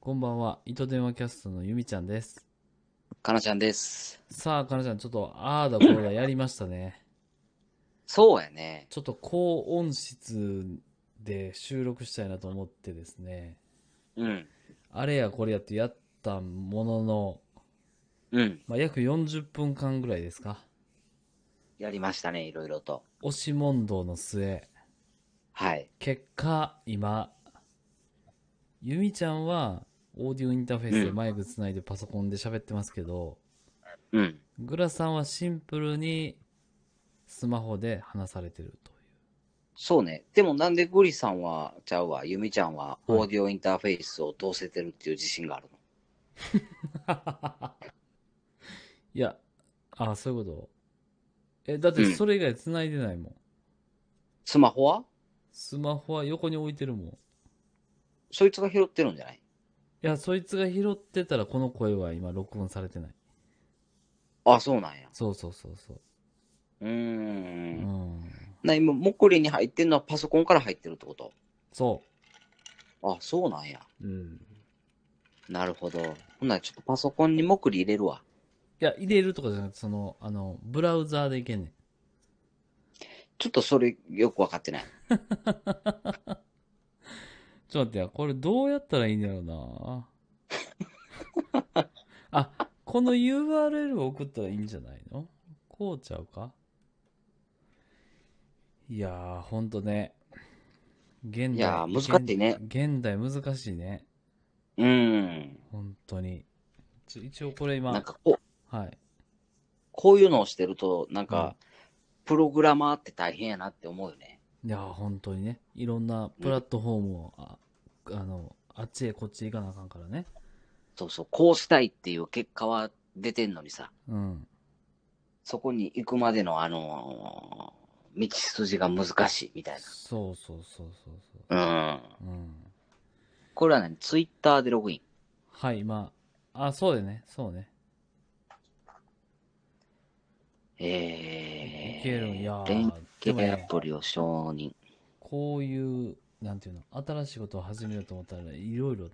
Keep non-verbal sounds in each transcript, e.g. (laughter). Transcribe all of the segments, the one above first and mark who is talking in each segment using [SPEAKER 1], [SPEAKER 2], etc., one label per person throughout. [SPEAKER 1] こんばんは、糸電話キャストのゆみちゃんです。
[SPEAKER 2] かなちゃんです。
[SPEAKER 1] さあ、かなちゃん、ちょっと、あーだこーだやりましたね。 (laughs)
[SPEAKER 2] そうやね。
[SPEAKER 1] ちょっと高音質で収録したいなと思ってですね、
[SPEAKER 2] うん。
[SPEAKER 1] あれやこれやってやったものの、
[SPEAKER 2] うん。
[SPEAKER 1] まあ、約40分間ぐらいですか。
[SPEAKER 2] やりましたね、いろいろと。
[SPEAKER 1] 押し問答の末、
[SPEAKER 2] はい。
[SPEAKER 1] 結果、今、ゆみちゃんは、オーディオインターフェースでマイクつないでパソコンで喋ってますけど、
[SPEAKER 2] うん。
[SPEAKER 1] グラさんはシンプルにスマホで話されてるという。
[SPEAKER 2] そうね。でもなんでグリさんは、ちゃうわ、ゆみちゃんは、オーディオインターフェースを通せてるっていう自信があるの
[SPEAKER 1] いや、あ、そういうこと。え、だってそれ以外繋いでないもん。
[SPEAKER 2] スマホは
[SPEAKER 1] スマホは横に置いてるもん。い
[SPEAKER 2] そいつが拾ってるんじゃない
[SPEAKER 1] や、そいつが拾ってたらこの声は今録音されてない。
[SPEAKER 2] あ、そうなんや。
[SPEAKER 1] そうそうそうそう。
[SPEAKER 2] うー。
[SPEAKER 1] うんん。
[SPEAKER 2] な、今、もっこりに入ってんのはパソコンから入ってるってこと
[SPEAKER 1] そ
[SPEAKER 2] あ、そうなんや。
[SPEAKER 1] う。うん。
[SPEAKER 2] なるほど。ほんならちょっとパソコンにもっこり入れるわ。
[SPEAKER 1] いや、入れるとかじゃなくて、その、あの、ブラウザーでいけんねん。
[SPEAKER 2] ちょっとそれよくわかってない。
[SPEAKER 1] ちょっと待ってや、これどうやったらいいんだろうな (laughs) あ、この URL を送ったらいいんじゃないのこうちゃうかいやー、ほんとね。現代。
[SPEAKER 2] いやー難しいね
[SPEAKER 1] 現。現代難しいね。
[SPEAKER 2] うーん。
[SPEAKER 1] 本当に。ちょ一応これ今、
[SPEAKER 2] なんかこう、
[SPEAKER 1] はい。
[SPEAKER 2] こういうのをしてると、なんか、
[SPEAKER 1] うん
[SPEAKER 2] プログラマーって大変やなって思うよね。
[SPEAKER 1] いやー、本当にね。いろんなプラットフォームを、ああの、あっちへこっちへ行かなあかんからね。
[SPEAKER 2] そうそう、こうしたいっていう結果は出てんのにさ、
[SPEAKER 1] うん。
[SPEAKER 2] そこに行くまでのあのー道筋が難しいみたい
[SPEAKER 1] そうそうそうそうそ
[SPEAKER 2] な。うん。
[SPEAKER 1] う。うん。
[SPEAKER 2] これはね、ツイッターでログイン。
[SPEAKER 1] はい、まあ、あ、そうだよね、そうね。
[SPEAKER 2] えー、
[SPEAKER 1] いけるいやー
[SPEAKER 2] 連
[SPEAKER 1] でも
[SPEAKER 2] 携ア
[SPEAKER 1] ね
[SPEAKER 2] プリを承認。
[SPEAKER 1] こういう、なんていうの、新しいことを始めようと思ったら、いろいろね、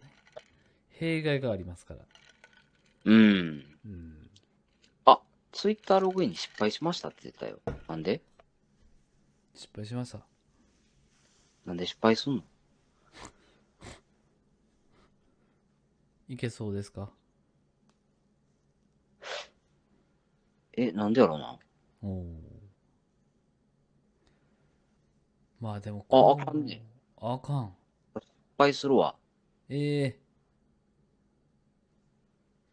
[SPEAKER 1] 弊害がありますから。
[SPEAKER 2] うん。
[SPEAKER 1] うん。
[SPEAKER 2] あ、ツイッターログインに失敗しましたって言ってたよ。なんで
[SPEAKER 1] 失敗しました。
[SPEAKER 2] なんで失敗すんの
[SPEAKER 1] いけそうですか
[SPEAKER 2] え、なんでやろうな。
[SPEAKER 1] おーまあでも、
[SPEAKER 2] あ
[SPEAKER 1] こう
[SPEAKER 2] あかんね。
[SPEAKER 1] あかん。
[SPEAKER 2] 失敗するわ。
[SPEAKER 1] ええ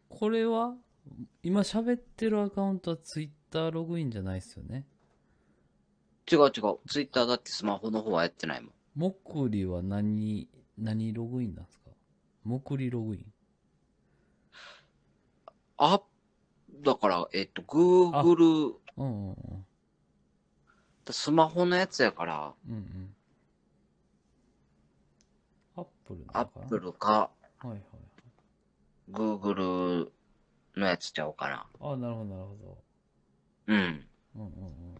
[SPEAKER 1] これは、今喋ってるアカウントは Twitter ログインじゃないですよね。
[SPEAKER 2] 違う違う。ツイッターだってスマホの方はやってないもん。
[SPEAKER 1] もくりは何、何ログインなんですかもくりログイン
[SPEAKER 2] あ、だから、えっと、Google、
[SPEAKER 1] うんうんうん。
[SPEAKER 2] スマホのやつやから、
[SPEAKER 1] うんうん。アップルなのかな
[SPEAKER 2] Apple か
[SPEAKER 1] はいはい。
[SPEAKER 2] Google のやつちゃおうか
[SPEAKER 1] あ、なるほどなるほど。
[SPEAKER 2] な。うん。
[SPEAKER 1] うんうんうんうん。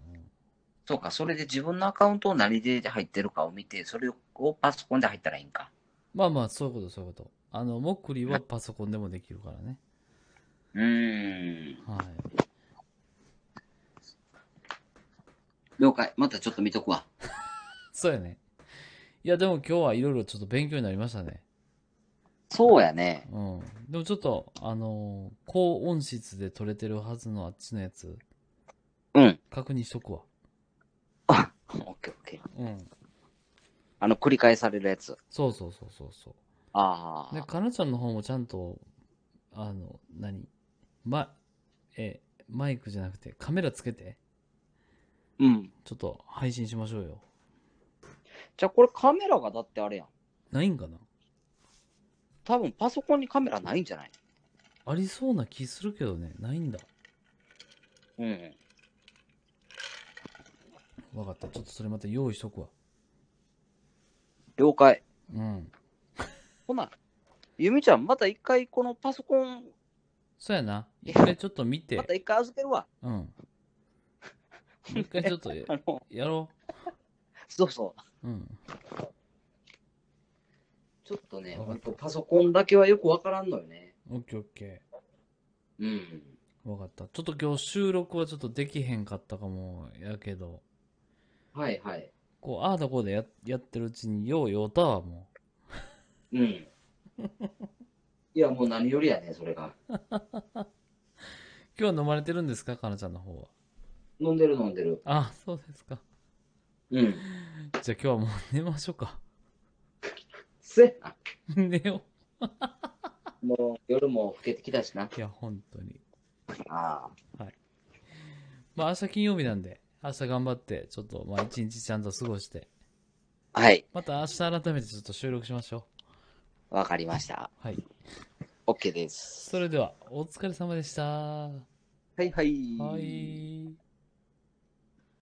[SPEAKER 2] そうか、それで自分のアカウントを何で入ってるかを見て、それをパソコンで入ったらいいんか。
[SPEAKER 1] まあまあ、そういうことそういうこと。あの、もくりはパソコンでもできるからね。
[SPEAKER 2] うーん。
[SPEAKER 1] はい。
[SPEAKER 2] 了解。またちょっと見とくわ。
[SPEAKER 1] そうやね。いや、でも今日はいろいろちょっと勉強になりましたね。
[SPEAKER 2] そうやね。
[SPEAKER 1] うん。でもちょっと、あのー高音質で撮れてるはずのあっちのやつ、
[SPEAKER 2] うん。
[SPEAKER 1] 確認しとくわ。
[SPEAKER 2] あ、オッケーオッケー。
[SPEAKER 1] うん。
[SPEAKER 2] あの、繰り返されるやつ。
[SPEAKER 1] そうそうそうそうそう。
[SPEAKER 2] あ
[SPEAKER 1] で、
[SPEAKER 2] あ。
[SPEAKER 1] かなちゃんの方もちゃんと、あの、何ま、え、マイクじゃなくてカメラつけて、
[SPEAKER 2] うん。
[SPEAKER 1] ちょっと配信しましょうよ。
[SPEAKER 2] じゃあこれカメラがだってあれやん。
[SPEAKER 1] ないんかな
[SPEAKER 2] 多分パソコンにカメラないんじゃない
[SPEAKER 1] ありそうな気するけどね、ないんだ。
[SPEAKER 2] うん。
[SPEAKER 1] わかった。ちょっとそれまた用意しとくわ。
[SPEAKER 2] 了解。
[SPEAKER 1] うん。
[SPEAKER 2] ほな、ゆみちゃん、また一回このパソコン、
[SPEAKER 1] そうやな。
[SPEAKER 2] え
[SPEAKER 1] 一回ちょっと見
[SPEAKER 2] ま
[SPEAKER 1] て
[SPEAKER 2] た、一回預けるわ。
[SPEAKER 1] うん。もう一回ちょっと
[SPEAKER 2] あの、
[SPEAKER 1] やろ
[SPEAKER 2] そうそう。
[SPEAKER 1] う。うん。
[SPEAKER 2] ちょっとね、
[SPEAKER 1] わか
[SPEAKER 2] ほ
[SPEAKER 1] っ
[SPEAKER 2] ん
[SPEAKER 1] た
[SPEAKER 2] とパソコンだけはよくわからんのよね。
[SPEAKER 1] オッケーオッケ
[SPEAKER 2] うん。
[SPEAKER 1] ー。わかった。ちょっと今日収録はちょっとできへんかったかもやけど、
[SPEAKER 2] はいはい。
[SPEAKER 1] こう、ああだこうだややってるうちによう酔うたわ、も
[SPEAKER 2] うん。 (laughs) いや、もう何よりやね、それが。
[SPEAKER 1] う。今日は飲まれてるんですかかなちゃんの方は。
[SPEAKER 2] 飲んでる飲んでる。
[SPEAKER 1] あ、そうですか。
[SPEAKER 2] うん。
[SPEAKER 1] じゃあ今日はもう寝ましょうか。
[SPEAKER 2] せやな。
[SPEAKER 1] (laughs) 寝よ
[SPEAKER 2] もう夜も更けてきたしな。
[SPEAKER 1] う。いや、本当に。
[SPEAKER 2] ああ。
[SPEAKER 1] まあ明日金曜日なんで、明日頑張って、ちょっとまあ一日ちゃんと過ごして、
[SPEAKER 2] はい、
[SPEAKER 1] また明日改めてちょっと収録しましょ
[SPEAKER 2] わかりました。
[SPEAKER 1] う。はい。
[SPEAKER 2] OK です。
[SPEAKER 1] それでは、お疲れ様でした。は
[SPEAKER 2] はいはい。
[SPEAKER 1] い。